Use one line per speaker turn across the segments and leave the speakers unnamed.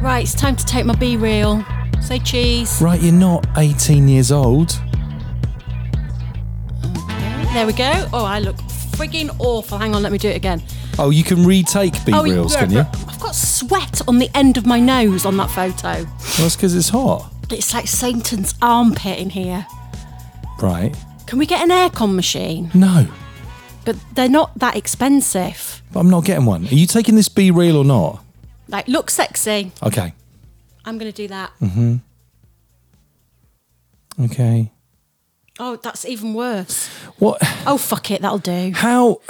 Right, it's time to take my B reel. Say cheese.
Right, you're not 18 years old.
There we go. Oh, I look frigging awful. Hang on, let me do it again.
Oh, you can retake B
oh,
reels,
yeah,
can you?
but I've got sweat on the end of my nose on that photo.
Well, it's because it's hot.
It's like Satan's armpit in here.
Right.
Can we get an aircon machine?
No,
But they're not that expensive.
but I'm not getting one. Are you taking this B reel or not?
Like, look sexy.
Okay.
I'm going to do that.
Hmm. Okay.
Oh, that's even worse.
What?
Oh, fuck it, that'll do.
How?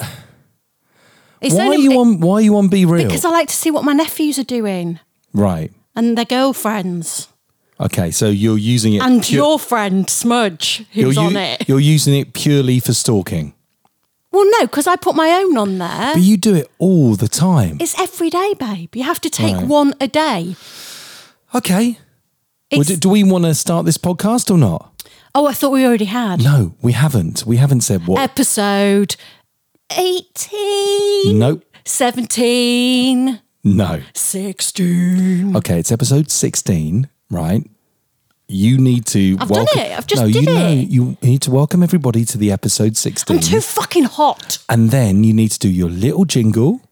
It's
why
only
are you on? Why are you on B reel?
because I like to see what my nephews are doing
right.
and their girlfriends
Okay. So you're using it.
and
pu-
your friend Smudge
you're
who's
u-
on it.
You're using it purely for stalking.
Well, no, because I put my own on there.
But you do it all the time.
It's every day, babe. You have to take
Right.
one a day.
Okay. Well,
It's,
do, do we want to start this podcast or not?
oh, I thought we already had
No, we haven't. We haven't said what.
episode 18,
nope.
17,
No.
16.
Okay, it's episode 16, right? You need to
I've done
welcome
it. I've just
No,
did
you know
it.
you need to welcome everybody to the episode 16.
I'm too fucking hot.
and then you need to do your little jingle,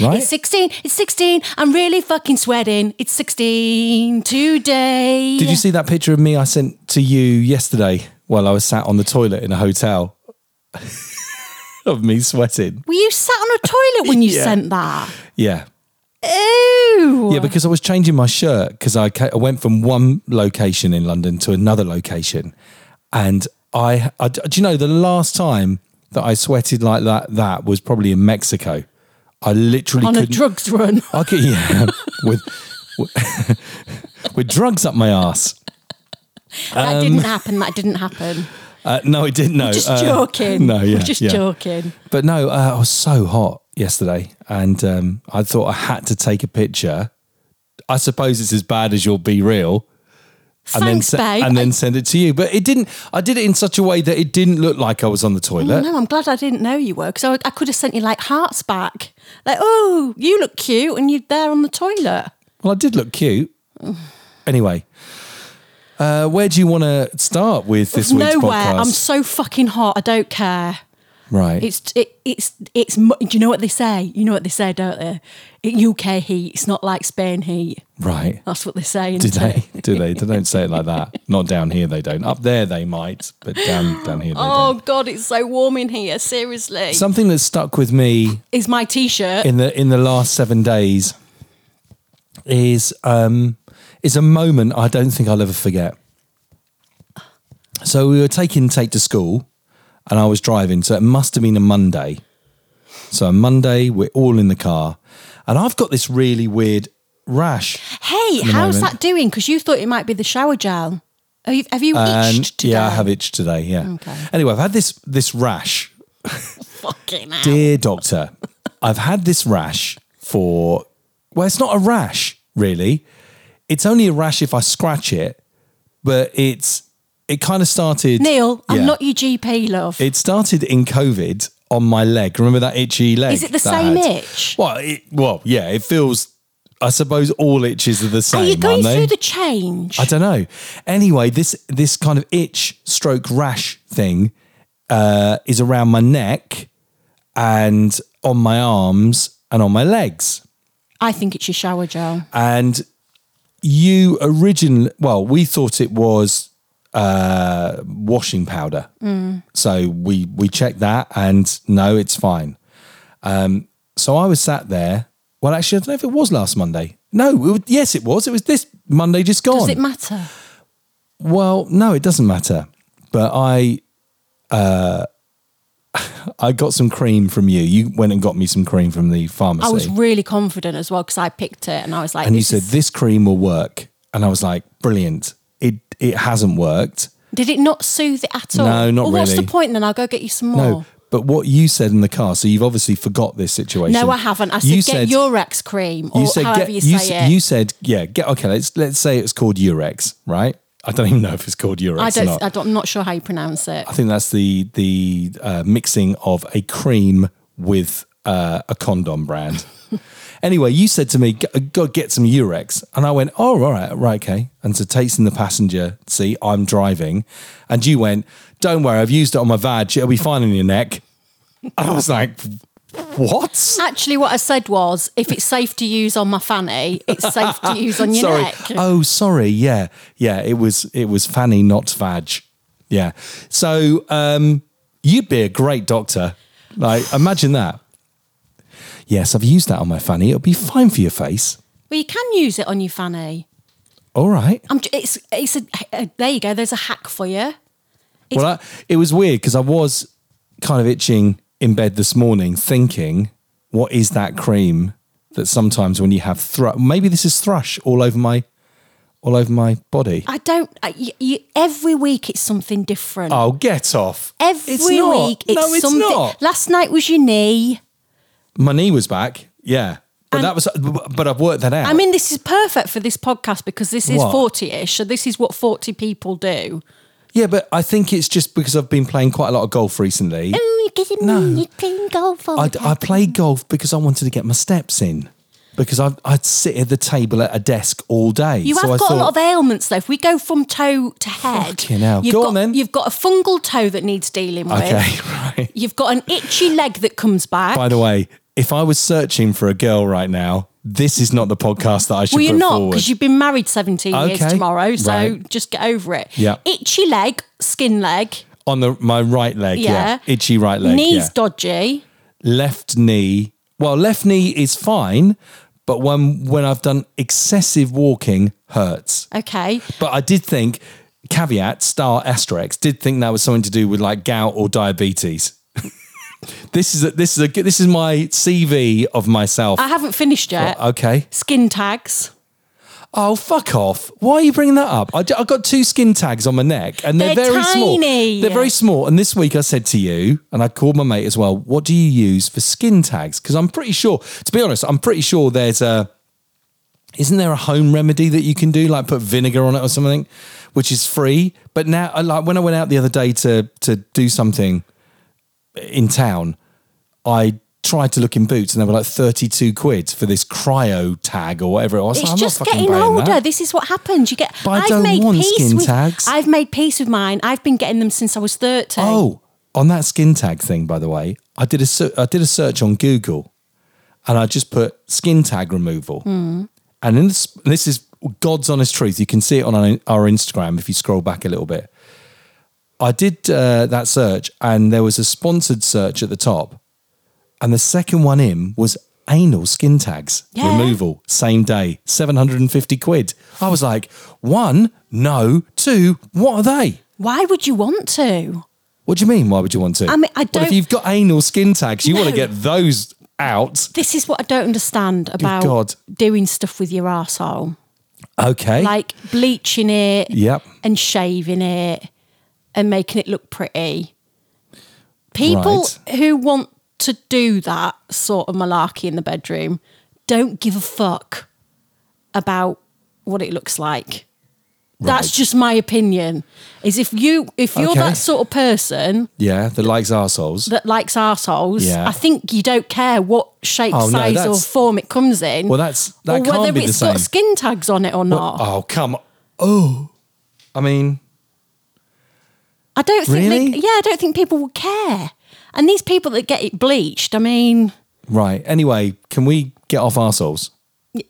right?
It's 16. It's 16. I'm really fucking sweating. It's 16 today.
Did you see that picture of me I sent to you yesterday while I was sat on the toilet in a hotel? of me sweating.
Were you sat on a toilet when you
Yeah.
sent that?
Yeah.
Ew.
Yeah, because I was changing my shirt because I, ca- I went from one location in London to another location, and I, I- do you know the last time that I sweated like that that was probably in Mexico. I literally
on a
couldn't. Um,
drugs run.
I could, yeah, with with- with drugs up my ass.
that didn't happen. That didn't happen.
Uh, no, it didn't. No,
Just
uh,
joking.
No, yeah,
We're just
yeah.
joking.
But no, uh, I was so hot yesterday, and um, I thought I had to take a picture. I suppose it's as bad as your be real, and
Thanks,
then se-
babe.
and then send it to you. But it didn't. I did it in such a way that it didn't look like I was on the toilet.
no, I'm glad I didn't know you were because I, I could have sent you like hearts back. Like, oh, you look cute and you're there on the toilet.
Well, I did look cute. Anyway, uh, where do you want to start with this week's
Nowhere.
podcast?
I'm so fucking hot. I don't care.
right.
It's it, it's it's. mu- Do you know what they say? You know what they say, don't they? It, UK heat. It's not like Spain heat.
right.
That's what they say.
Do
isn't it?
they? Do they? They don't say it like that. Not down here, they don't. Up there, they might, but down down here, they
Oh
don't.
God, it's so warm in here. Seriously,
Something that stuck with me
is my t-shirt.
in the in the last seven days is um is a moment I don't think I'll ever forget. So we were taking Tate to school, and I was driving. So it must have been a Monday. So on Monday, we're all in the car, and I've got this really weird rash.
Hey,
the
how's
moment.
that doing? Because you thought it might be the shower gel. Have you, have you
And
itched today?
yeah, I have itch today. Yeah.
Okay.
Anyway, I've had this this rash
Fucking hell.
Dear doctor, I've had this rash for, well, it's not a rash, really. It's only a rash if I scratch it, but it's, it kind of started.
Neil,
Yeah.
I'm not your GP, love.
It started in COVID on my leg. Remember that itchy leg?
Is it the
that I
same
had?
itch?
Well, it, well, yeah, it feels, I suppose all itches are the same.
Are you going
aren't they?
through the change?
I don't know. Anyway, this this kind of itch stroke rash thing uh, is around my neck and on my arms and on my legs.
I think it's your shower gel.
And you originally, well, we thought it was uh, washing powder. So we we checked that, and no, it's fine. Um, so I was sat there. Well, actually, I don't know if it was last Monday. No, it was, yes, it was. It was this Monday just gone.
Does it matter?
Well, no, it doesn't matter. But I, uh, I got some cream from you. You went and got me some cream from the pharmacy,
I was really confident as well because I picked it and I was like,
and you
this
said
is-
this cream will work, and I was like, brilliant. It it hasn't worked.
did it not soothe it at all?
No, not
well, What's the
really.
point then? I'll go get you some more.
No, but what you said in the car. So you've obviously forgot this situation.
No, I haven't. I said,
You
get Urex cream or however
get-
you say
s-
it.
You said yeah. Get okay. Let's let's say it's called Urex, right? I don't even know if it's called Urex.
I
or
don't,
not.
I don't, I'm not sure how you pronounce it.
I think that's the the uh, mixing of a cream with uh, a condom brand. anyway, you said to me, "G- "Go get some Urex," and I went, "Oh, all right, right, okay." And so Tate's in the passenger seat. I'm driving, and you went, "Don't worry, I've used it on my vag. It'll be fine in your neck." And I was like, "What?"
Actually, what I said was, if it's safe to use on my fanny, it's safe to use on your
sorry.
neck.
Oh, sorry. Yeah, yeah. It was it was fanny, not vag. Yeah. So um, you'd be a great doctor. Like, imagine that. Yes, I've used that on my fanny. It'll be fine for your face.
Well, you can use it on your fanny.
All right.
I'm, j- it's it's a, uh, there you go. There's a hack for you.
well, I, it was weird because I was kind of itching in bed this morning, thinking, "What is that cream that sometimes when you have thrush? Maybe this is thrush all over my, all over my body."
I don't. I, you, you, every week it's something different.
oh, get off!
every
It's not.
week it's
no, it's
something.
not.
Last night was your knee.
My knee was back. Yeah, but
And-
that was. But I've worked that out.
I mean, this is perfect for this podcast because this is
What?
forty-ish. So this is what forty people do.
yeah, but I think it's just because I've been playing quite a lot of golf recently.
No, you're playing golf. all
I,
the
I played golf because I wanted to get my steps in. Because I, I'd sit at the table at a desk all day.
You have
I
got a lot of ailments though. If we go from toe to head,
Fucking hell.
You've
Go
got,
on then.
You've got a fungal toe that needs dealing with.
Okay, right.
You've got an itchy leg that comes back.
By the way, if I was searching for a girl right now, this is not the podcast that I should
well, you're
put
not
forward.
because you've been married 17 years
Okay.
tomorrow. So
Right.
just get over it.
Yeah.
Itchy leg, skin leg,
On the my right leg, yeah,
Yeah.
itchy right leg,
knees
yeah.
dodgy.
left knee. Well, left knee is fine, but when when I've done excessive walking, hurts.
Okay.
But I did think caveat star asterisk did think that was something to do with like gout or diabetes. this is a, this is a this is my CV of myself.
I haven't finished yet.
okay.
Skin tags.
Oh, fuck off. Why are you bringing that up? I, have got two skin tags on my neck and they're,
They're
very small.
tiny.
They're very small. And this week I said to you, and I called my mate as well, what do you use for skin tags? Because I'm pretty sure, to be honest, I'm pretty sure there's a, isn't there a home remedy that you can do, like put vinegar on it or something, which is free? But now, I like when I went out the other day to to do something in town, I tried to look in boots and they were like 32 quid for this cryo tag or whatever it was.
It's
I'm not
just
fucking
getting
paying
older.
that.
This is what happens. You get.
But I don't
made
want
peace
skin
with,
tags.
I've made peace with mine. I've been getting them since I was 30.
Oh, on that skin tag thing, by the way, I did a se- I did a search on Google, and I just put skin tag removal, and in this this is God's honest truth. You can see it on our, our Instagram if you scroll back a little bit. I did uh, that search, and there was a sponsored search at the top, and the second one in was anal skin tags
Yeah.
removal same day 750 quid i was like one no two what are they
Why would you want to?
what do you mean? Why would you want to?
I mean, I
Well, if
don't-
you've got anal skin tags, you want to
No.
get those out.
This is what I don't understand about
God.
doing stuff with your arsehole.
Okay.
Like bleaching it
Yep.
and shaving it and making it look pretty. People who want to do that sort of malarkey in the bedroom don't give a fuck about what it looks like. That's just my opinion. Is if you if you're
Okay.
that sort of person
yeah, the likes arseholes.
that likes arseholes,
Yeah.
I think you don't care what shape,
Oh, no,
size, or
that's-
form it comes in.
Well, that's- that
or
can't
whether
be the
it's got
same.
skin tags on it or not.
oh, come on. Oh. I mean,
I don't think.
Really?
They, yeah, I don't think people will care. And these people that get it bleached, I mean,
right. Anyway, can we get off arseholes?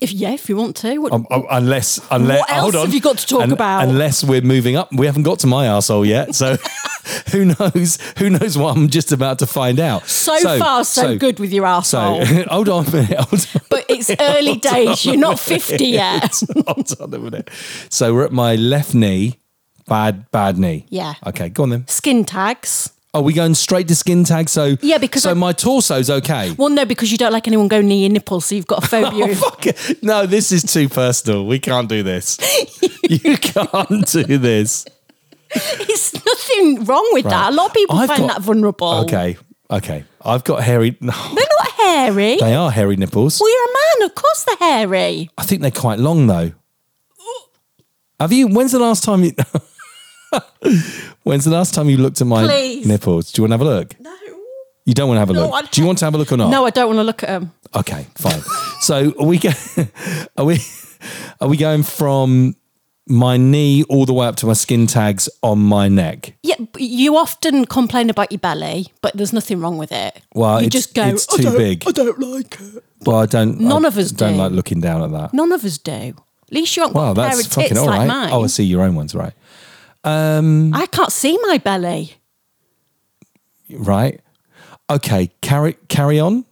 if yeah, if you want to, what,
Um, um, unless, unless,
What else
hold on.
have you got to talk
Un-
about?
Unless we're moving up, we haven't got to my arsehole yet. So who knows? Who knows what I'm just about to find out.
so, far so, good with your
So
arsehole.
hold on a minute. Hold on.
but it's early days. You're not fifty yet.
Hold on a minute. So we're at my left knee, bad bad knee.
Yeah.
Okay, go on then.
Skin tags.
Are we going straight to skin tag? So
Yeah, because
so
I-
my torso's okay.
Well, no, because you don't like anyone going near your nipple, so you've got a phobia. of-
Fuck it. No, this is too personal. We can't do this. you can't do this.
it's nothing wrong with that. A lot of people
I've
find
got-
that vulnerable.
Okay, okay. I've got hairy. No,
They're not hairy.
they are hairy nipples.
well, you're a man. Of course, they're hairy.
I think they're quite long though. Have you? When's the last time you? when's the last time you looked at my
Please.
nipples? Do you want to have a look?
No.
Oh. You don't want to have a look.
I
Do you want to have a look or not?
No, I don't want to look at them.
Okay, fine. so are we go, are we are we going from my knee all the way up to my skin tags on my neck?
Yeah, but you often complain about your belly, but there's nothing wrong with it.
Well,
you
it's,
just go.
it's
"I
too
don't-
big.
I don't like it.
Well, I don't.
None
I
of us
don't
do.
like looking down at that.
None of us do. At least you aren't got
Wow,
a pair
that's
of tits
fucking all
like
right.
mine.
Oh, I see your own ones, right?
I can't see my belly.
Right. Okay, carry carry on.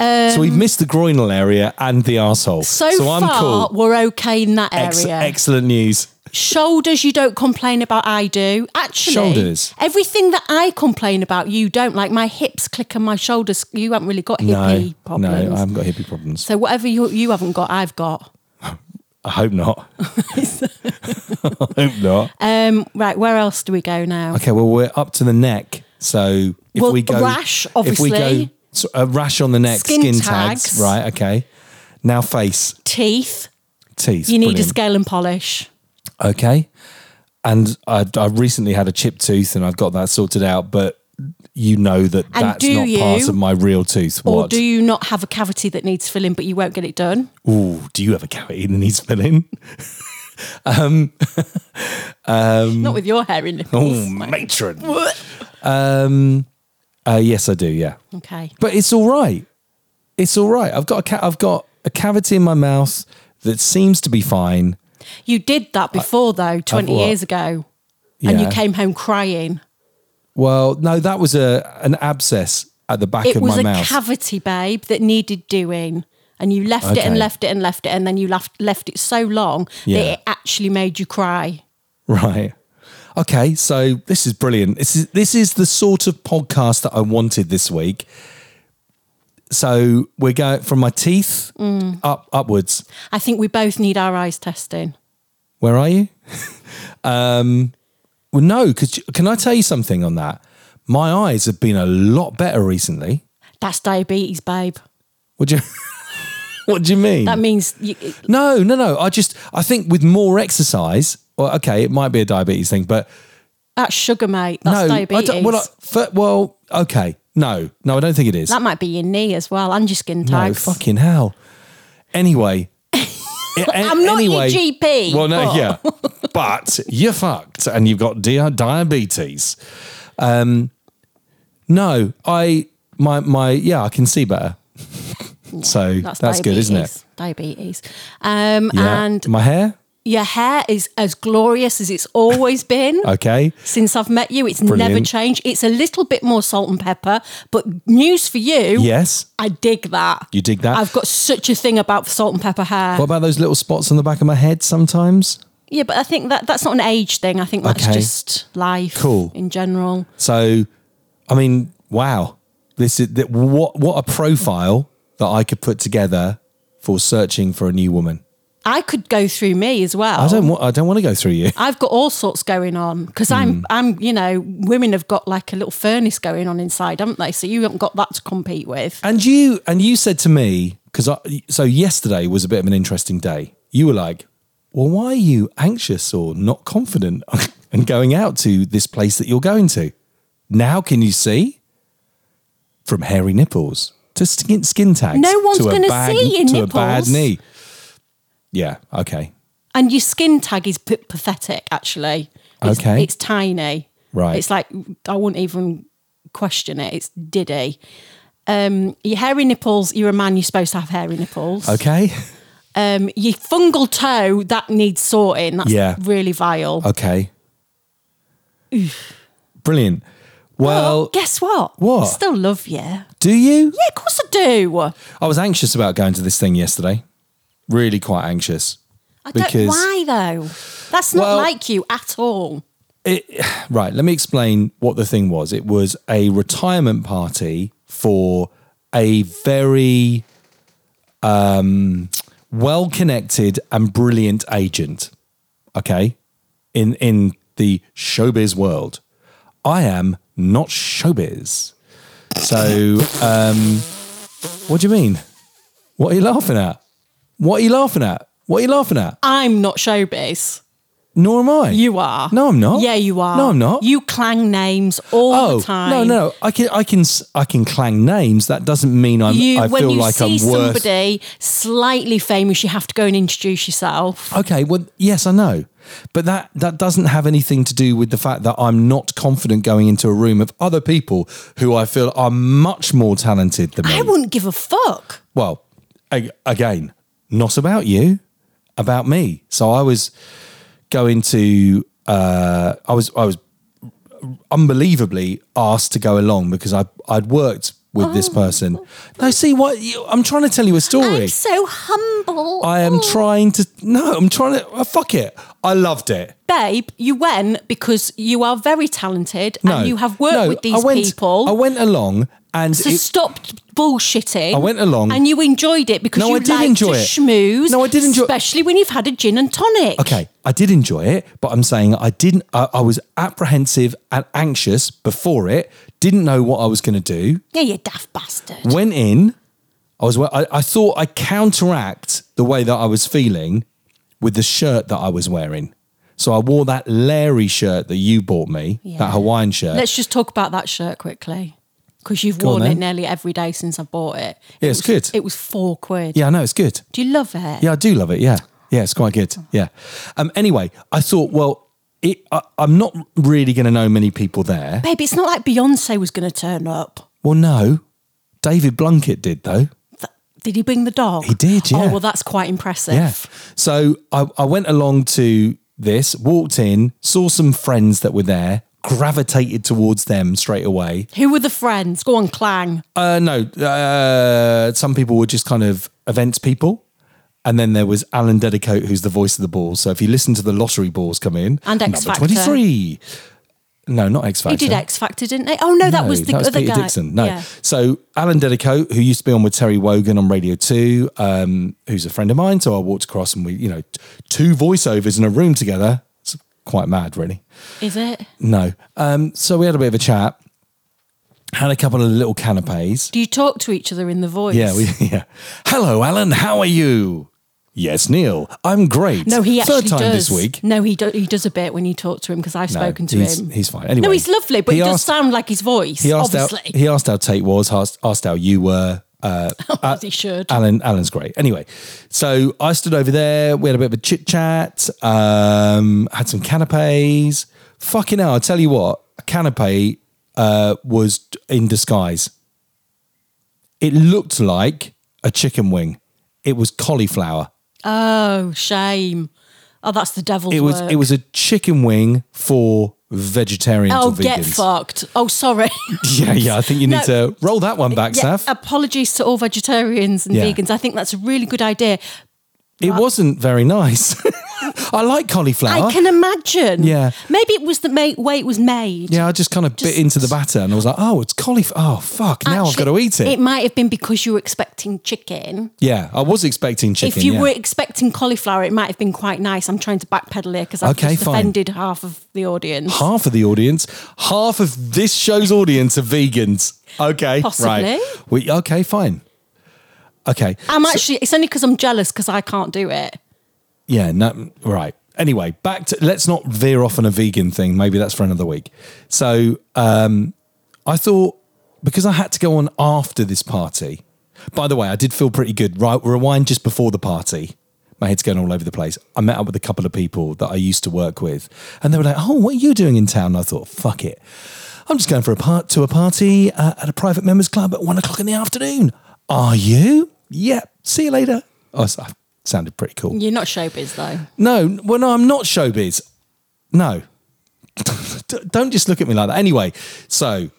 Um,
So we've missed the groinal area and the arsehole.
so, far, we're okay in that area.
Ex- excellent news.
Shoulders, you don't complain about. I do actually.
Shoulders.
Everything that I complain about, you don't like. My hips click and my shoulders. You haven't really got hippie
no, no,
problems.
I haven't got hippie problems.
so whatever you you haven't got, I've got.
I hope not. I hope not.
Um, right, where else do we go now?
Okay, well we're up to the neck. So if
Well,
we go
rash,
if we
obviously.
go so a rash on the neck, skin,
Skin
tags.
tags.
right? Okay. Now face,
Teeth.
teeth.
You need a
brilliant.
scale and polish.
Okay. And I, I recently had a chipped tooth, and I've got that sorted out. But you know that that's
do
not
you-
part of my real tooth.
Or
what?
do you not have a cavity that needs filling, but you won't get it done?
Ooh, do you have a cavity that needs filling?
Not with your hair in
Oh,
nipples.
matron. um, uh, yes, I do. Yeah,
Okay.
but it's all right. It's all right. I've got a ca- I've got a cavity in my mouth that seems to be fine.
You did that before, though, 20
what?
years ago. And you
Yeah.
came home crying.
Well, no, that was a an abscess at the back
It
of
was
my
a
mouth.
cavity, babe, that needed doing. And you left it and
Okay.
left it and left it. And then you left, left it so long
Yeah.
that it actually made you cry.
right. Okay, so this is brilliant. This is this is the sort of podcast that I wanted this week. So we're going from my teeth
Mm.
up upwards.
I think we both need our eyes testing.
Where are you? um, well, no, because can I tell you something on that? My eyes have been a lot better recently.
That's diabetes, babe.
What do you? what do you mean?
That means you,
no, no, no. I just I think with more exercise. Well, okay, it might be a diabetes thing, but
that's sugar, mate. That's
no, I
diabetes.
don't, well, I, fir- well, okay, no, no, I don't think it is.
That might be your knee as well, and your skin tags.
No, fucking hell. Anyway.
I'm not your GP,
Well, no,
but-
yeah. But you're fucked and you've got di- diabetes. Um, no, I, my, my, yeah, I can see better. so that's, good, isn't it?
diabetes. Diabetes. Um,
Yeah.
And
my hair,
your hair is as glorious as it's always been.
okay.
Since I've met you, it's never
Brilliant.
changed. It's a little bit more salt and pepper, but news for you,
Yes.
I dig that.
You dig that?
I've got such a thing about salt and pepper hair.
what about those little spots on the back of my head sometimes?
Yeah, but I think that that's not an age thing. I think that's
Okay.
just life
Cool.
in general.
So, I mean, wow, this is that what what a profile that I could put together for searching for a new woman.
I could go through me as well.
I don't want I don't want to go through you.
I've got all sorts going on because
Hmm.
I'm, I'm, you know, women have got like a little furnace going on inside, haven't they? So you haven't got that to compete with.
And you and you said to me because I so yesterday was a bit of an interesting day. You were like, "Well, why are you anxious or not confident and going out to this place that you're going to? Now can you see from hairy nipples to skin, skin tags?
No one's
to a
gonna
bad-
see your
to a bad
nipples.
knee. Yeah. Okay.
And your skin tag is p- pathetic, actually. It's,
Okay.
It's tiny.
Right.
It's like, I wouldn't even question it. It's diddy. Um, your hairy nipples, you're a man, you're supposed to have hairy nipples.
Okay.
Um, your fungal toe, that needs sorting. That's
Yeah. Uh,
really vile.
Okay. Brilliant. Well,
But guess what?
What?
Still love you. Yeah,
do you?
of course I do.
I was anxious about going to this thing yesterday. Really quite anxious.
I don't why though. That's not
Well-
like you at all.
right, let me explain what the thing was. It was a retirement party for a very um, well-connected and brilliant agent. Okay, in in the showbiz world, I am not showbiz. So, um, what do you mean? What are you laughing at? What are you laughing at? What are you laughing at?
I'm not showbiz.
Nor am I.
You are.
No, I'm not.
Yeah, you are.
No, I'm not.
You clang names all
oh
the time.
no, no, I can, I can, s- I can clang names. That doesn't mean I'm.
You,
I
when
feel
you
like
see
I'm worth.
somebody slightly famous, you have to go and introduce yourself.
Okay, well, yes, I know, but that that doesn't have anything to do with the fact that I'm not confident going into a room of other people who I feel are much more talented than me.
I wouldn't give a fuck.
well, a- again, not about you, about me. So I was going to, uh, I was, I was unbelievably asked to go along because I I'd worked with this
Oh.
person. No, see what you, I'm trying to tell you a story.
I'm so humble.
I am
Oh.
trying to no, I'm trying to oh, fuck it. I loved it.
Oh, Babe, you went because you are very talented
No,
and you have worked
no,
with
I
these
went,
people.
I went along and
so
it-
stop bullshitting.
I went along-
and you enjoyed it because
No,
you
I did
like
enjoy
to
it.
schmooze.
No, I did enjoy-
especially when you've had a gin and tonic.
okay, I did enjoy it, but I'm saying I didn't. I, I was apprehensive and anxious before it. Didn't know what I was going to do.
Yeah, you daft bastard.
Went in. I was. I, I thought I counteract the way that I was feeling with the shirt that I was wearing. So I wore that Larry shirt that you bought me,
Yeah.
that Hawaiian shirt.
Let's just talk about that shirt quickly because you've
on
worn it
then.
nearly every day since I bought it.
Yeah,
It
it's
was-
good.
It was four quid.
yeah, I know it's good.
Do you love it?
Yeah, I do love it. Yeah, yeah, it's quite good. Yeah. Um. Anyway, I thought, well, it, I, I'm not really going to know many people there.
Babe, it's not like Beyonce was going to turn up.
Well, no, David Blunkett did though.
Th- Did he bring the dog?
He did, yeah.
Oh, well, that's quite impressive.
Yeah. So I, I went along to this, walked in, saw some friends that were there, gravitated towards them straight away.
Who were the friends? Go on, clang.
Uh, no, uh, some people were just kind of events people. And then there was Alan Dedicote, who's the voice of the ball. So if you listen to the lottery balls come in,
And X Factor.
number 23. No, not X Factor.
He did X Factor, didn't he? Oh, no, that
No,
was the
that was
other
Peter
guy.
Dixon. No,
Yeah.
so Alan Dedicote, who used to be on with Terry Wogan on Radio Two, um, who's a friend of mine. So I walked across and we, you know, t- two voiceovers in a room together. It's quite mad, really.
Is it?
No, um, so we had a bit of a chat, had a couple of little canapes.
Do you talk to each other in the voice?
Yeah, we, yeah. Hello, Alan. How are you? Yes, Neil. I'm great.
No, he actually
third time
does.
this week.
No, he do, he does a bit when you talk to him because I've
No,
spoken to
he's-
him.
he's fine. Anyway,
no, he's lovely, but
he
he, does
asked-
sound like his voice.
He asked
obviously,
how he asked how Tate was. Asked, asked how you were.
as he should.
Alan, Alan's great. Anyway, so I stood over there. We had a bit of a chit chat. Um, had some canapes. Fucking hell! I tell you what, a canape uh, was in disguise. It looked like a chicken wing. It was cauliflower.
oh, shame. Oh, that's the devil's
It was
work.
it was a chicken wing for vegetarians
oh,
or vegans.
get fucked. Oh, sorry.
Yeah, yeah. I think you need
No.
to roll that one back,
Yeah, uh,
Saf.
apologies to all vegetarians and
Yeah.
vegans. I think that's a really good idea.
It wasn't very nice. I like cauliflower.
I can imagine.
Yeah.
Maybe it was the ma- way it was made.
Yeah, I just kind of bit into the batter and I was like, oh, it's cauliflower. Oh, fuck. Now I've got
Actually,
to eat it.
It might have been because you were expecting chicken.
yeah, I was expecting chicken.
if you
yeah.
were expecting cauliflower, it might have been quite nice. I'm trying to backpedal here because I've
Okay,
just
fine.
offended half of the audience.
half of the audience, half of this show's audience are vegans. Okay.
Possibly.
Right. We, okay, fine. Okay.
I'm actually, it's only because I'm jealous because I can't do it.
Yeah, no, right. Anyway, back to let's not veer off on a vegan thing. Maybe that's for another week. So um, I thought because I had to go on after this party. By the way, I did feel pretty good. Right, rewind just before the party. My head's going all over the place. I met up with a couple of people that I used to work with, and they were like, "Oh, what are you doing in town?" And I thought, "Fuck it, I'm just going for a part to a party uh, at a private members club at one o'clock in the afternoon." Are you? Yep. See you later. Oh, so- sounded pretty cool.
You're not showbiz though.
No, well, no, I'm not showbiz. No. D- Don't just look at me like that. Anyway, so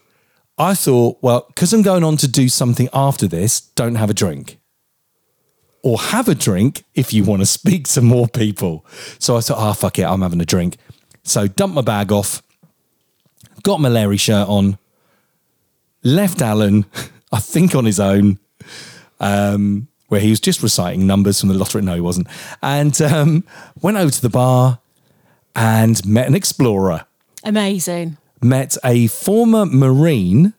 I thought, well, because I'm going on to do something after this, don't have a drink. Or have a drink if you want to speak to more people. So I thought, ah, fuck it, I'm having a drink. So dumped my bag off, got my Larry shirt on, left Alan, I think on his own, um, where he was just reciting numbers from the lottery. No, he wasn't. And um, went over to the bar and met an explorer,
Amazing.
met a former Marine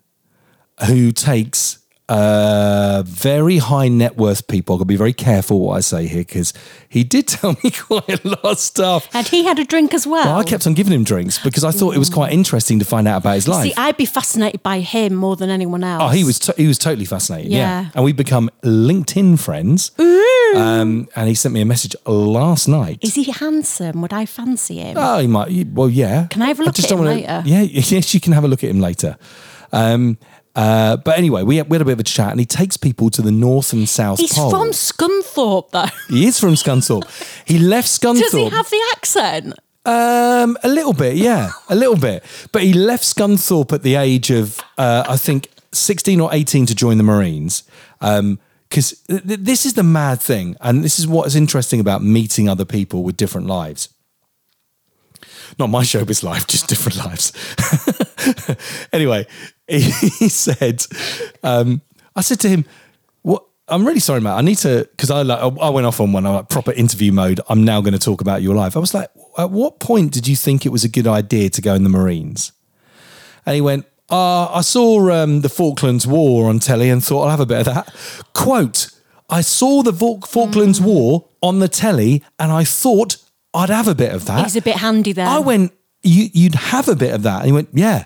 who takes uh, very high net worth people. I've got to be very careful what I say here because he did tell me quite a lot of stuff.
And he had a drink as well.
But I kept on giving him drinks because I thought it was quite interesting to find out about his life.
See, I'd be fascinated by him more than anyone else.
Oh, he was to- he was totally fascinating. Yeah.
Yeah.
and we become LinkedIn friends. Um, and he sent me a message last night.
Is he handsome? Would I fancy him?
oh, he might. Well, yeah.
Can I have a look at him
wanna-
later?
Yeah, yes, you can have a look at him later. Um, uh, but anyway, we had, we had a bit of a chat, and he takes people to the north and south
He's
pole.
from Scunthorpe, though.
he is from Scunthorpe. he left Scunthorpe.
Does he have the accent?
Um, a little bit, yeah, a little bit. But he left Scunthorpe at the age of, uh, I think, sixteen or eighteen to join the Marines. Um, because th- th- this is the mad thing, and this is what is interesting about meeting other people with different lives. Not my showbiz life, just different lives. anyway, he, he said, um, I said to him, "What? I'm really sorry, Matt. I need to because I like I went off on one. I'm like proper interview mode. I'm now going to talk about your life. I was like, at what point did you think it was a good idea to go in the Marines? And he went, uh, I saw um, the Falklands War on telly and thought I'll have a bit of that. Quote, I saw the Falk- Falklands War on the telly and I thought I'd have a bit of that.
He's a bit handy there.
Uh, I went, you, you'd have a bit of that. And he went, yeah.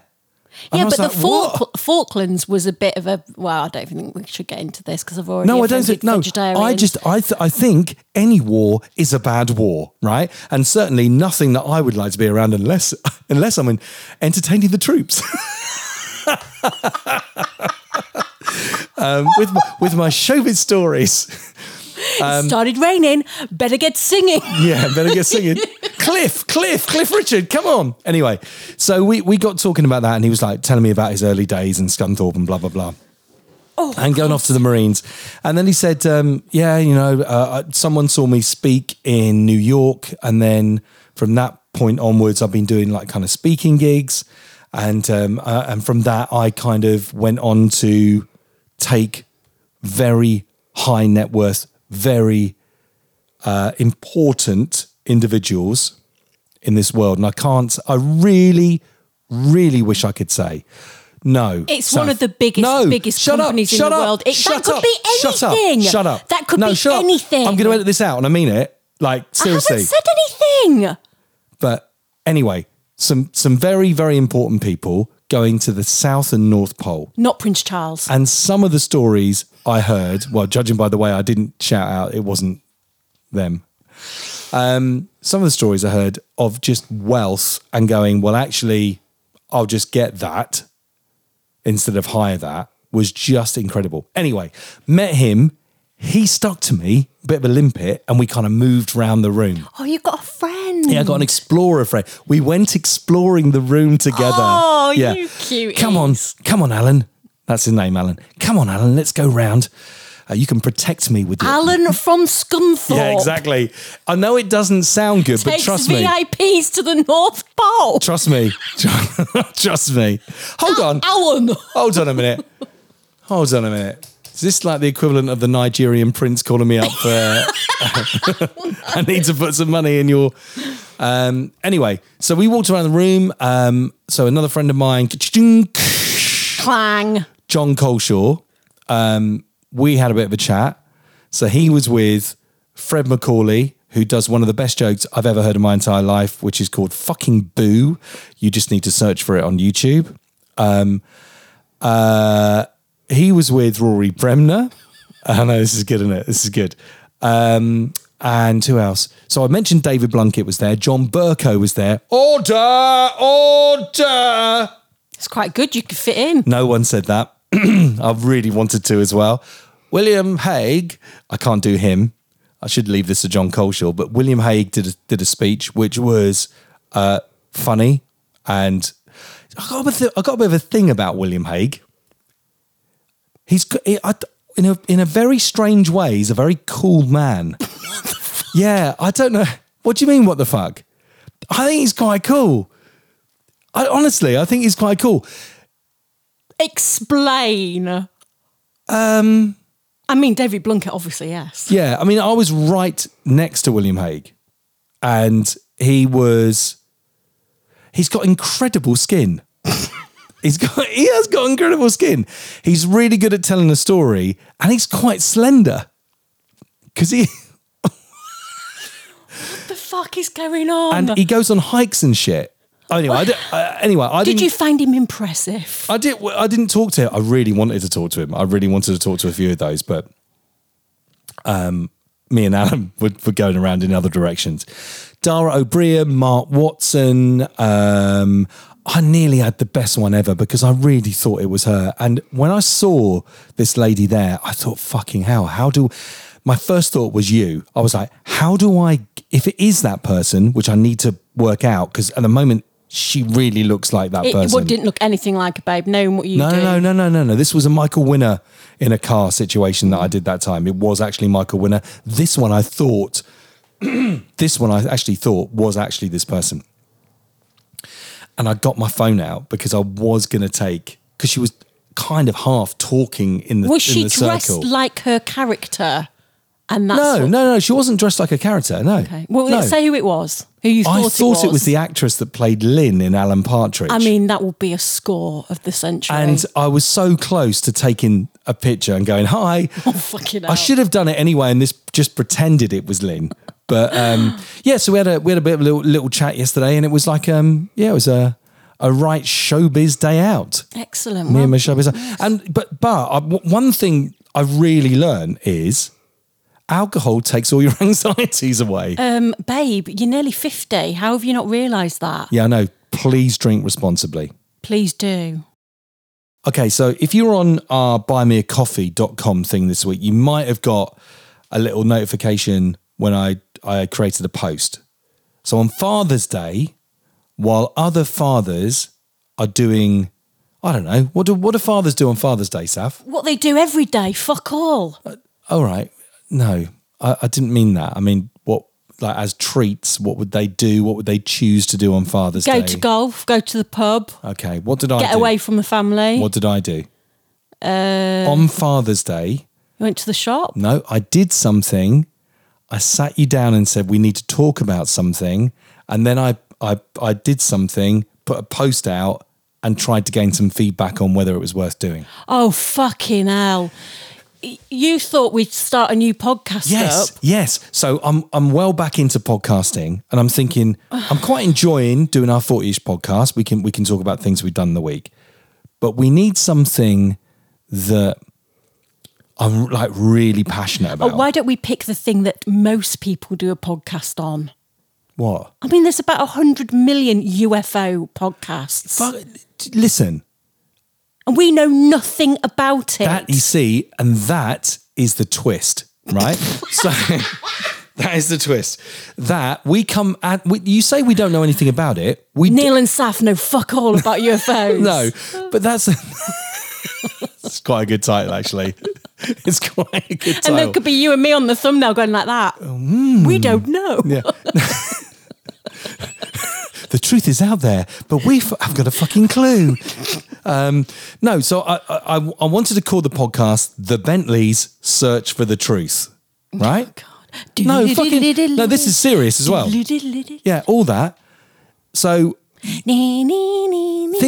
And
yeah,
I was
but the
like, "What?"
Falk- Falklands was a bit of a. Well, I don't think we should get into this because I've already.
No, I don't
offended
think. No,
vegetarians.
I just I th- I think any war is a bad war, right? And certainly nothing that I would like to be around unless unless I'm in entertaining the troops. um, with my, with my showbiz stories, um,
It started raining. Better get singing.
yeah, better get singing. Cliff, Cliff, Cliff Richard, come on. Anyway, so we we got talking about that, and he was like telling me about his early days in Scunthorpe and blah blah blah.
Oh,
and going off to the Marines. And then he said, um, "Yeah, you know, uh, I- someone saw me speak in New York, and then from that point onwards, I've been doing like kind of speaking gigs, and um, uh, and from that, I kind of went on to take very high net worth, very uh, important individuals in this world, and I can't. I really, really wish I could say." No,
It's
Soph.
one of the biggest,
No,
biggest
shut up,
companies in
shut
the
up,
world. It- that
shut
could
up,
be
Shut up.
anything.
Shut up.
That could
no,
be
shut up.
anything.
I'm going to edit this out, and I mean it. Like
I
seriously.
haven't said anything.
but anyway, some some very very important people going to the South and North Pole,
Not Prince Charles.
and some of the stories I heard. Well, judging by the way I didn't shout out, it wasn't them. Um, some of the stories I heard of just wealth and going, well, actually, I'll just get that instead of hire that was just incredible. Anyway, met him. He stuck to me, bit of a limpet, and we kind of moved round the room.
oh, you got a friend.
Yeah, I got an explorer friend. We went exploring the room together.
Oh, you cuties.
Come on, come on, Alan. That's his name, Alan. Come on, Alan. Let's go round. Uh, you can protect me with your
Alan from Scunthorpe.
yeah, exactly. I know it doesn't sound good, but
Takes
trust me.
VIPs to the North Pole.
Trust me. trust me. Hold on.
Alan.
Hold on a minute. Hold on a minute. Is this like the equivalent of the Nigerian prince calling me up? Uh, I need to put some money in your. Um, anyway, so we walked around the room. Um, so another friend of mine,
Clang.
John Colshaw, um, we had a bit of a chat. So he was with Fred Macaulay, who does one of the best jokes I've ever heard in my entire life, which is called fucking boo. You just need to search for it on YouTube. Um, uh, he was with Rory Bremner. I know this is good, isn't it? This is good. Um, and who else? So I mentioned David Blunkett was there. John Burko was there. Order, order.
It's quite good. You could fit in.
No one said that. I've really wanted to as well. William Hague, I can't do him. I should leave this to John Coleshaw, but William Hague did a, did a speech which was uh, funny and I got, a bit I got a bit of a thing about William Hague. He's co- he, I, in a in a very strange way. He's a very cool man. yeah, I don't know. What do you mean? What the fuck? I think he's quite cool. I honestly, I think he's quite cool.
Explain. Um.
Um,
I mean, David Blunkett, obviously, yes.
Yeah, I mean, I was right next to William Hague, and he was. He's got incredible skin. He's got he has got incredible skin. He's really good at telling a story, and he's quite slender. Cause he
What the fuck is going on?
and he goes on hikes and shit. Anyway, I don't, uh, anyway, I
Did
didn't,
you find him impressive?
I did. I didn't talk to him. I really wanted to talk to him. I really wanted to talk to a few of those, but um, me and Alan were, were going around in other directions. Dara O'Brien, Mark Watson. Um, I nearly had the best one ever because I really thought it was her. And when I saw this lady there, I thought, "Fucking hell! How do?" My first thought was you. I was like, "How do I?" If it is that person, which I need to work out, because at the moment she really looks like that
It,
person.
well, didn't look anything like a babe, knowing what you
No,
do.
no, no, no, no, no. This was a Michael Winner in a car situation that I did that time. It was actually Michael Winner. This one I thought, this one I actually thought was actually this person. And I got my phone out because I was going to take, because she was kind of half talking in the,
Was
in
she
the
dressed
circle.
like her character? And that's
no,
what-
no, no. She wasn't dressed like a character. No.
Okay. Well,
no.
let's say who it was. Who you thought,
I thought
it, was.
the actress that played Lynn in Alan Partridge.
I mean, that would be a score of the century.
and I was so close to taking a picture and going, hi.
oh, fucking
I
hell.
should have done it anyway, and this just pretended it was Lynn. But um, yeah, so we had a we had a bit of a little, little chat yesterday, and it was like um, yeah, it was a a right showbiz day out.
Excellent.
Me
Well,
and my showbiz, and but but I, w- one thing I really learned is alcohol takes all your anxieties away.
um, babe, you're nearly 50. How have you not realised that?
yeah, I know. Please drink responsibly.
Please do.
Okay, so if you're on our buymeacoffee.com thing this week, you might have got a little notification when I, I created a post. So on Father's Day, while other fathers are doing, I don't know, what do, what do fathers do on Father's Day, Saf?
What they do every day, fuck all.
All right, no, I, I didn't mean that. I mean, what, like as treats, what would they do? What would they choose to do on Father's
Go
Day?
to golf, go to the pub,
okay, what did I
get
do?
away Uh, from the family.
What did I do? on Father's Day,
You went to the shop.
No, I did something. I sat you down and said we need to talk about something, and then I I I did something, put a post out, and tried to gain some feedback on whether it was worth doing.
Oh, fucking hell. Y- You thought we'd start a new podcast
Yes,
up.
yes. So I'm I'm well back into podcasting, and I'm thinking I'm quite enjoying doing our 40ish podcast. We can we can talk about things we've done in the week, but we need something that I'm like really passionate
Oh,
about.
why don't we pick the thing that most people do a podcast on?
what?
I mean, there's about 100 million UFO podcasts.
But listen,
and we know nothing about it.
That you see, and that is the twist, right? so that is the twist. That we come at. We, you say we don't know anything about it. We do-
Neil and Saf know fuck all about UFOs.
no, but that's it's quite a good title actually. It's quite a good
And
title.
there could be you and me on the thumbnail going like that.
Oh, hmm.
We don't know.
yeah. the truth is out there, but we f- have got a fucking clue. Um, no, so I, I, I I wanted to call the podcast "The Bentleys Search for the Truth," right?
God.
No, fucking. No, this is serious as well. Yeah, all that. So, thing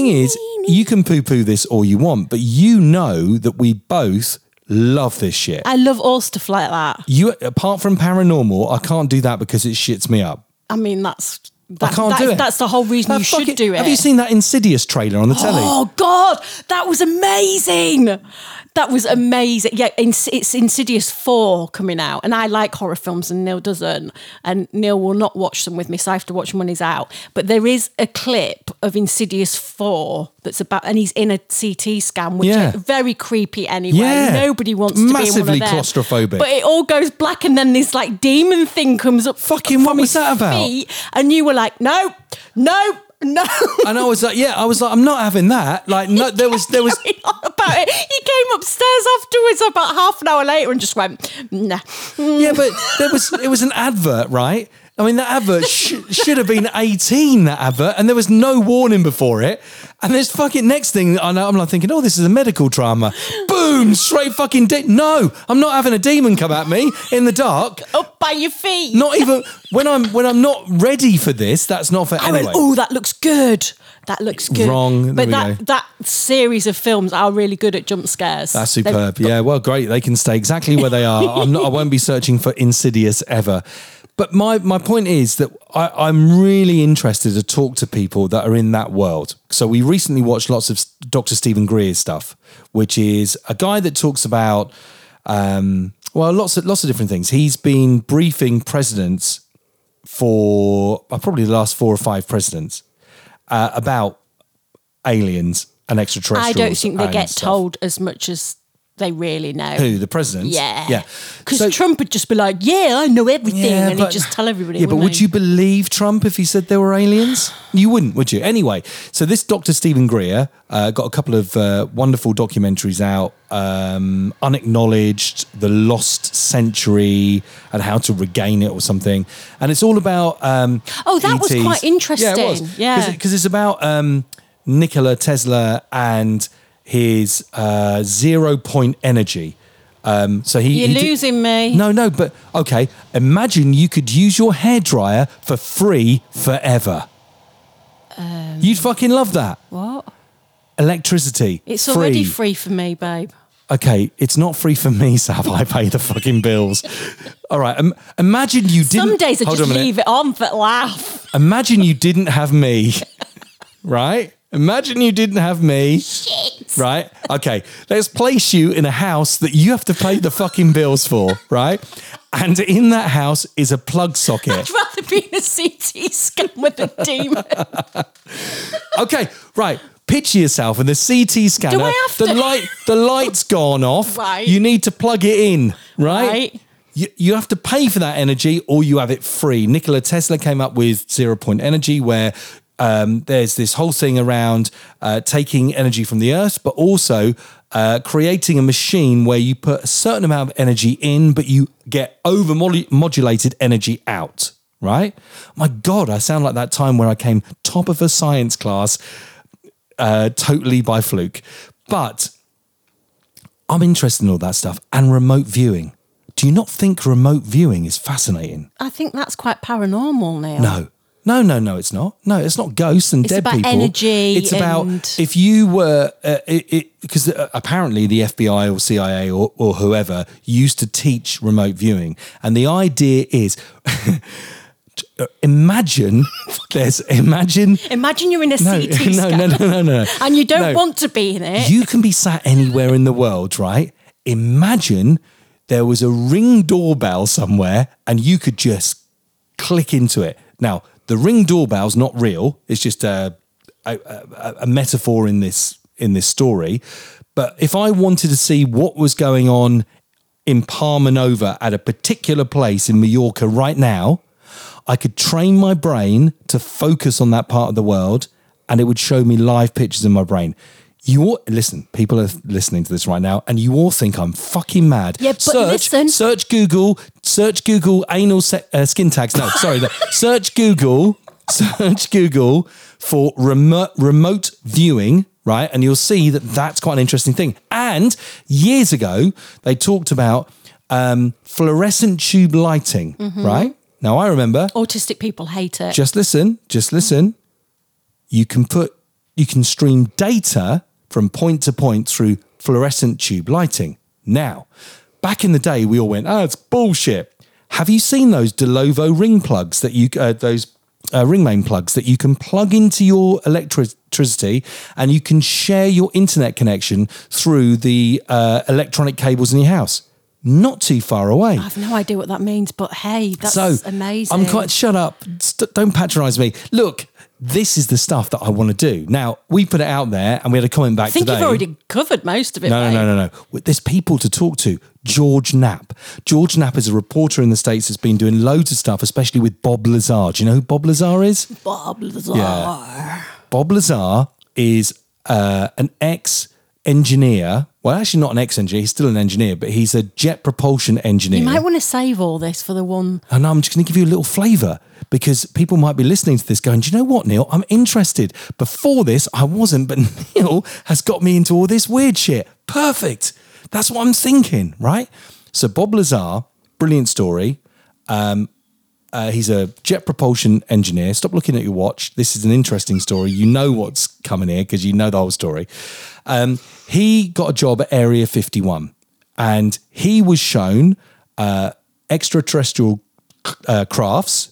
is, you can poo poo this all you want, but you know that we both love this shit.
I love all stuff like that.
You, apart from paranormal, I can't do that because it shits me up.
I mean, that's that,
I can't
that-
do it.
That's the whole reason
That
you should
fucking-
do it.
Have you seen that Insidious trailer on the telly?
Oh God, that was amazing! That was amazing. Yeah, ins- it's Insidious four coming out, and I like horror films, and Neil doesn't, and Neil will not watch them with me, so I have to watch them when he's out. But there is a clip of Insidious four that's about, and he's in a CT scan, which
Yeah.
is very creepy anyway.
Yeah.
nobody wants to
Massively
be in one of them.
claustrophobic.
But it all goes black, and then this like demon thing comes up.
Fucking
from
what
his
was that about?
feet, and you were like, no, no, no.
And I was like, yeah, I was like, I'm not having that. Like, no, there was, there was,
He on about it. He came upstairs afterwards about half an hour later and just went, nah.
yeah, but there was, it was an advert, right? I mean, that advert sh- should have been 18, that advert, and there was no warning before it. And this fucking next thing, I know, I'm like thinking, oh, this is a medical drama. Boom, straight fucking de- No, I'm not having a demon come at me in the dark.
Up by your feet.
Not even when I'm when I'm not ready for this. That's not for
I
anyway.
went, oh, that looks good. that looks good.
Wrong. There
But
we
that
go.
that series of films are really good at jump scares.
That's
They've
superb. yeah, well, great. They can stay exactly where they are. I'm not, I won't be searching for Insidious ever. But my, my point is that I, I'm really interested to talk to people that are in that world. So we recently watched lots of S- Dr. Stephen Greer's stuff, which is a guy that talks about um, well, lots of lots of different things. He's been briefing presidents for uh, probably the last four or five presidents uh, about aliens and
I
extraterrestrials.
don't think they
and
get
stuff.
told as much as they really know.
Who the president?
Yeah.
yeah.
Because
So-
Trump would just be like, yeah, I know everything.
Yeah,
and
but-
he'd just tell everybody.
Yeah, but
wouldn't
would
he?
you believe Trump if he said there were aliens? You wouldn't, would you? Anyway, so this Dr. Stephen Greer uh, got a couple of uh, wonderful documentaries out um, Unacknowledged, The Lost Century, and How to Regain It or something. And it's all about. Um,
Oh, that was
ETs.
quite
E Yeah, it was.
interesting. Yeah.
Because it's about um, Nikola Tesla and his uh, zero point energy. Um, so he
You're
he did-
losing me.
no, no, but okay. Imagine you could use your hairdryer for free forever.
Um,
You'd fucking love that.
What?
Electricity.
It's already free for me, babe.
Okay, it's not free for me, Sav. I pay the fucking bills. All right. Um, imagine you didn't.
Some days I
Hold
just
on a minute.
leave it on for laugh.
Imagine you didn't have me, right? Imagine you didn't have me. Shit. Right? Okay. Let's place you in a house that you have to pay the fucking bills for, right? And in that house is a plug socket.
I'd rather be in a CT scan with a demon.
Okay, right. Picture yourself in the CT scanner.
I have
the
to?
light, the light's gone off.
Right.
You need to plug it in, right?
Right.
You, you have to pay for that energy, or you have it free. Nikola Tesla came up with zero point energy, where um, there's this whole thing around uh, taking energy from the earth, but also uh, creating a machine where you put a certain amount of energy in, but you get over modulated energy out. Right? My God, I sound like that time where I came top of a science class uh, totally by fluke. But I'm interested in all that stuff and remote viewing. Do you not think remote viewing is fascinating?
I think that's quite paranormal now.
No. No, no, no, it's not. No, it's not ghosts and
It's
dead
about
people.
energy
It's about
and-
if you were, because uh, apparently the FBI or CIA or, or whoever used to teach remote viewing. And the idea is imagine there's, imagine.
Imagine you're in a
No,
CT
no,
scan
no, no, no, no.
and you don't
No.
want to be in it.
You can be sat anywhere in the world, right? Imagine there was a ring doorbell somewhere and you could just click into it. Now, the ring doorbell's not real. It's just a a, a, a metaphor in this in this story. But if I wanted to see what was going on in Palma Nova at a particular place in Mallorca right now, I could train my brain to focus on that part of the world and it would show me live pictures in my brain. You all, listen, people are listening to this right now and you all think I'm fucking mad.
Yeah, but
search,
listen.
Search Google, search Google anal se- uh, skin tags. No, sorry. no. search Google, search Google for remote, remote viewing, right? And you'll see that that's quite an interesting thing. And years ago, they talked about um, fluorescent tube lighting, right? Now, I remember
Autistic people hate it.
just listen, just listen. You can put, you can stream data from point to point through fluorescent tube lighting. Now, back in the day, we all went, "Oh, it's bullshit." Have you seen those Delovo ring plugs that you, uh, those uh, ring main plugs that you can plug into your electricity, and you can share your internet connection through the uh, electronic cables in your house? Not too far away.
I have no idea what that means, but hey, that's amazing.
I'm quite shut up. St- don't patronise me. Look, this is the stuff that I want to do. Now we put it out there, and we had a comment back
I think
today.
you've already covered most of it.
No,
mate.
no, no, no, no. There's people to talk to. George Knapp. George Knapp is a reporter in the States that's been doing loads of stuff, especially with Bob Lazar. Do you know who Bob Lazar is?
Bob Lazar.
Bob Lazar is uh, an ex engineer. Well, actually, not an ex engineer. He's still an engineer, but he's a jet propulsion engineer.
You might want to save all this for the one.
And I'm just going to give you a little flavour because people might be listening to this going, Do you know what, Neil? I'm interested. Before this, I wasn't, but Neil has got me into all this weird shit. Perfect. That's what I'm thinking, right? So, Bob Lazar, brilliant story. Um, Uh, he's a jet propulsion engineer. Stop looking at your watch. This is an interesting story. You know what's coming here because you know the whole story. Um, he got a job at Area 51 and he was shown uh, extraterrestrial uh, crafts.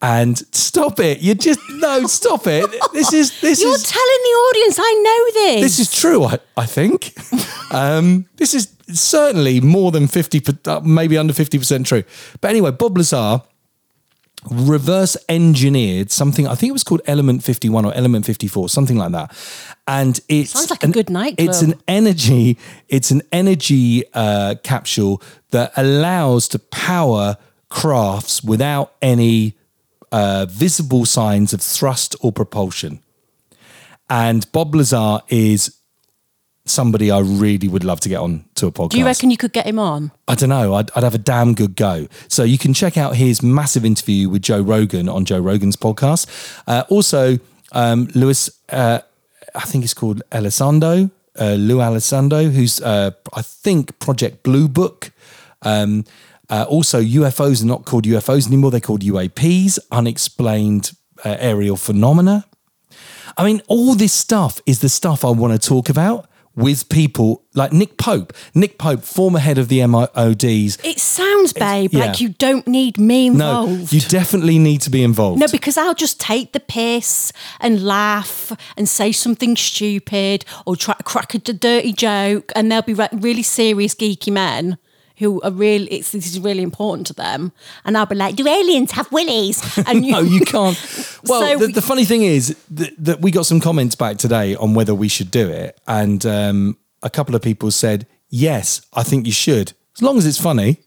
And stop it. You just, no, stop it. This is, this
You're
is.
telling the audience I know this.
This is true, I, I think. um, this is certainly more than 50, per- uh, maybe under 50% true. But anyway, Bob Lazar reverse engineered something, I think it was called Element 51 or Element 54, something like that. And it's
Sounds like a good nightclub.
It's an energy, it's an energy uh, capsule that allows to power crafts without any uh, visible signs of thrust or propulsion and Bob Lazar is somebody I really would love to get on to a podcast.
Do you reckon you could get him on?
I don't know. I'd, I'd have a damn good go. So you can check out his massive interview with Joe Rogan on Joe Rogan's podcast. Uh, also, um, Lewis, uh, I think he's called Alessandro, uh, Lou Alessandro, who's, uh, I think, Project Blue Book. Um, uh, also, UFOs are not called UFOs anymore. They're called UAPs, unexplained uh, aerial phenomena. I mean, all this stuff is the stuff I want to talk about with people like Nick Pope. Nick Pope, former head of the MIODs.
It sounds, babe,
yeah.
like you don't need me
No,
involved.
you definitely need to be involved.
No, because I'll just take the piss and laugh and say something stupid or try to crack a d- dirty joke, and there'll be re- really serious geeky men who are really it's this is really important to them, and I'll be like, "Do aliens have willies?" And
no, you can't. Well,
So
the, the funny thing is that, that we got some comments back today on whether we should do it, and um, a couple of people said, "Yes, I think you should, as long as it's funny."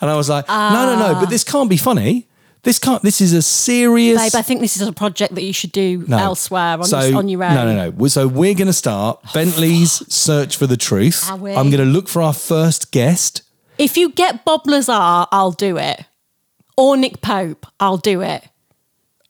And I was like, "No, no, no, but this can't be funny. This can't. This is a serious."
babe, Ah. I think this is a project that you should do
No.
elsewhere on,
So-
your, on your own.
No, no, no. So we're going to start Bentley's search for the truth.
Are we?
I'm going to look for our first guest.
If you get Bob Lazar, I'll do it, or Nick Pope, I'll do it.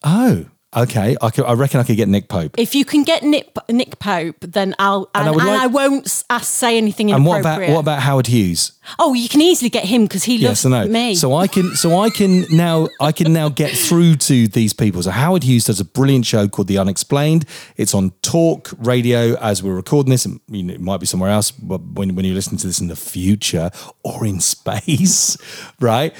Oh, okay. I, could, I reckon I could get Nick Pope.
If you can get Nick, Nick Pope, then I'll and,
I
and I,
would like-
won't s- ask, say anything
And
inappropriate.
what about what about Howard Hughes?
Oh, you can easily get him because he
Yes, I
loves
know.
me.
So I can so I can now I can now get through to these people. So Howard Hughes does a brilliant show called The Unexplained. It's on Talk Radio as we're recording this. and, you know, It might be somewhere else, but when when you listen to this in the future or in space, right?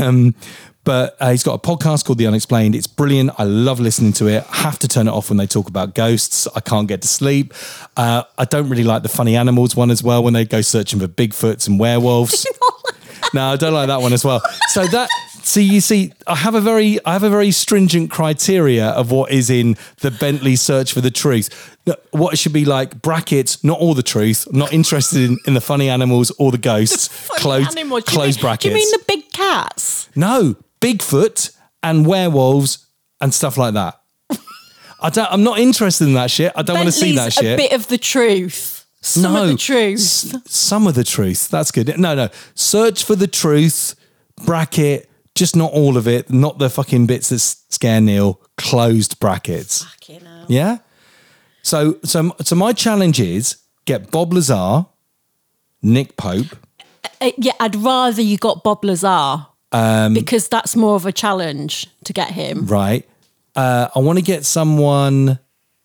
Um, but uh, he's got a podcast called The Unexplained. It's brilliant. I love listening to it. I have to turn it off when they talk about ghosts. I can't get to sleep. Uh, I don't really like the funny animals one as well when they go searching for Bigfoots and werewolves. no, I don't like that one as well. So that so you see, I have a very I have a very stringent criteria of what is in the Bentley search for the truth. No, What it should be like brackets, not all the truth, not interested in, in the funny animals or the ghosts.
Funny
close
animal. Do you
close
mean-
brackets.
Do you mean the big cats?
No, Bigfoot and werewolves and stuff like that. I don't, I'm not interested in that shit. I don't want to see
Bentley's
that shit.
A bit of the truth. Some
no,
of the truth.
S- some of the truth. That's good. No, no. Search for the truth. Bracket. Just not all of it. Not the fucking bits that s- scare Neil. Closed brackets.
Fucking hell.
Yeah. So, so, so my challenge is get Bob Lazar, Nick Pope.
Uh, yeah, I'd rather you got Bob Lazar
Um,
because that's more of a challenge to get him.
Right. Uh, I want to get someone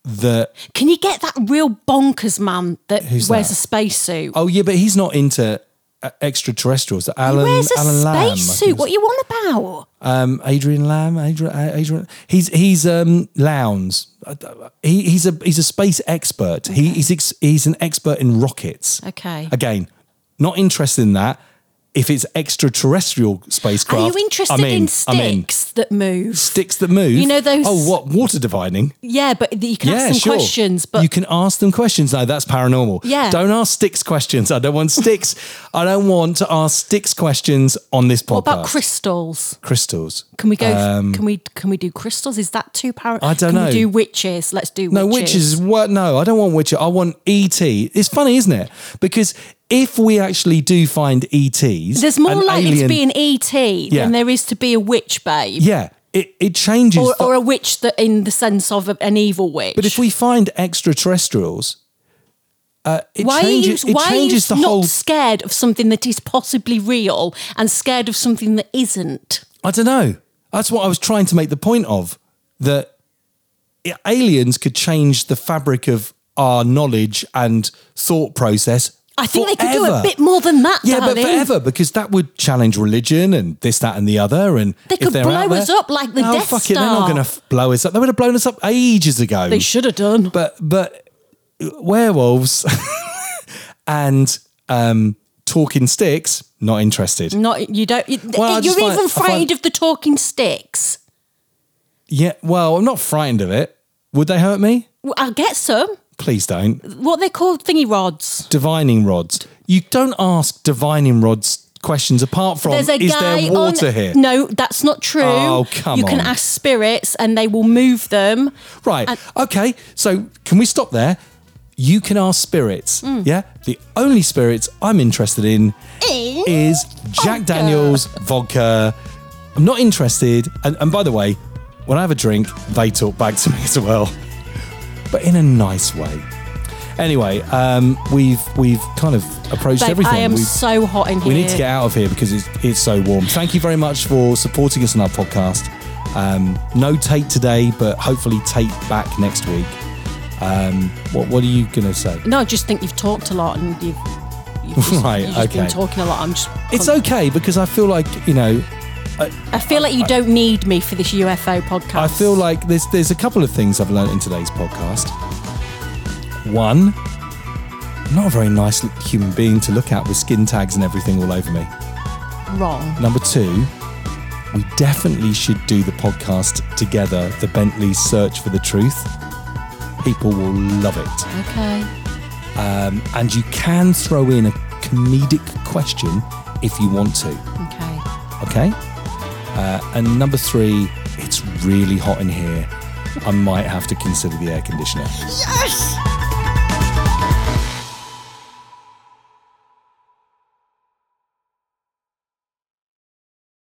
that
Can you get that real bonkers man that
Who's
wears
that?
a spacesuit?
Oh yeah, but he's not into uh, extraterrestrials. Alan,
Where's a
Alan Lamb, I
spacesuit?
think
What are you on about?
it's- um, Adrian Lamb, Adrian, Adrian. He's he's um, Lowndes. I d- He, he's a he's a space expert. He, he's ex, he's an expert in rockets.
Okay.
Again, not interested in that. If it's extraterrestrial spacecraft,
Are you interested
I'm
in
I'm in.
sticks that move?
Sticks that move.
You know those-
Oh, what water divining?
Yeah, but you can ask them questions. But
you can ask them questions. No, that's paranormal.
Yeah.
Don't ask sticks questions. I don't want sticks. I don't want to ask sticks questions on this podcast.
what about crystals?
crystals?
Can we go? can we can we do crystals? Is that too power?
Um, I don't
can
know.
We do witches. Let's do
No,
witches.
witches. What? No, I don't want witches. I want ET. It's funny, isn't it? Because if we actually do find ETs,
There's more
an
likely to
alien-
be an ET
Yeah.
than there is to be a witch, babe,
yeah. It, it changes.
or,
the-
or a witch that in the sense of a- an evil witch.
but if we find extraterrestrials, uh, it
why
changes.
are you,
it
why
changes
are you
the
not
whole
scared of something that is possibly real and scared of something that isn't?
I don't know. That's what I was trying to make the point of that i- aliens could change the fabric of our knowledge and thought process.
I think they could do
forever.
a bit more than that,
Yeah, but
darling.
forever because that would challenge religion and this, that, and the other. And
They
if
could
they're
blow
out there-
us up like the
oh,
Death
fuck it, they're not
Star.
going to f- blow us up. They would have blown us up ages ago.
They should have done.
but but werewolves and um, talking sticks, not interested.
Not you don't. You,
Well, I
you're
just find-
even
I find-
afraid of the talking sticks.
Yeah, well, I'm not frightened of it. Would they hurt me?
Well, I'll get some.
Please don't.
What they call thingy rods.
divining rods. You don't ask divining rods questions apart from
There's a
is
guy
there water
on.
here?
No, that's not true.
Oh, come
You can
on.
ask spirits, and they will move them.
Right. okay. So can we stop there? You can ask spirits.
Mm.
Yeah. The only spirits I'm interested in is Jack Daniels vodka. I'm not interested. And, and by the way, when I have a drink, they talk back to me as well, but in a nice way. Anyway, um, we've we've kind of approached
Babe,
everything.
I am
We've-
so hot in here.
We need to get out of here because it's, it's so warm. Thank you very much for supporting us on our podcast. Um, no Tate today, but hopefully Tate back next week. Um, what, what are you going to say?
No, I just think you've talked a lot, and you've. You've just,
Right,
you've just been
okay.
talking a lot. I'm just.
It's okay because I feel like, you know,
I feel like you don't need me for this UFO podcast.
I feel like there's, there's a couple of things I've learned in today's podcast. One, I'm not a very nice human being to look at with skin tags and everything all over me.
wrong.
Number two, we definitely should do the podcast together, the Bentley Search for the Truth. People will love it.
Okay.
And you can throw in a comedic question if you want to,
Okay.
okay? Uh, and number three, it's really hot in here. I might have to consider the air conditioner.
Yes.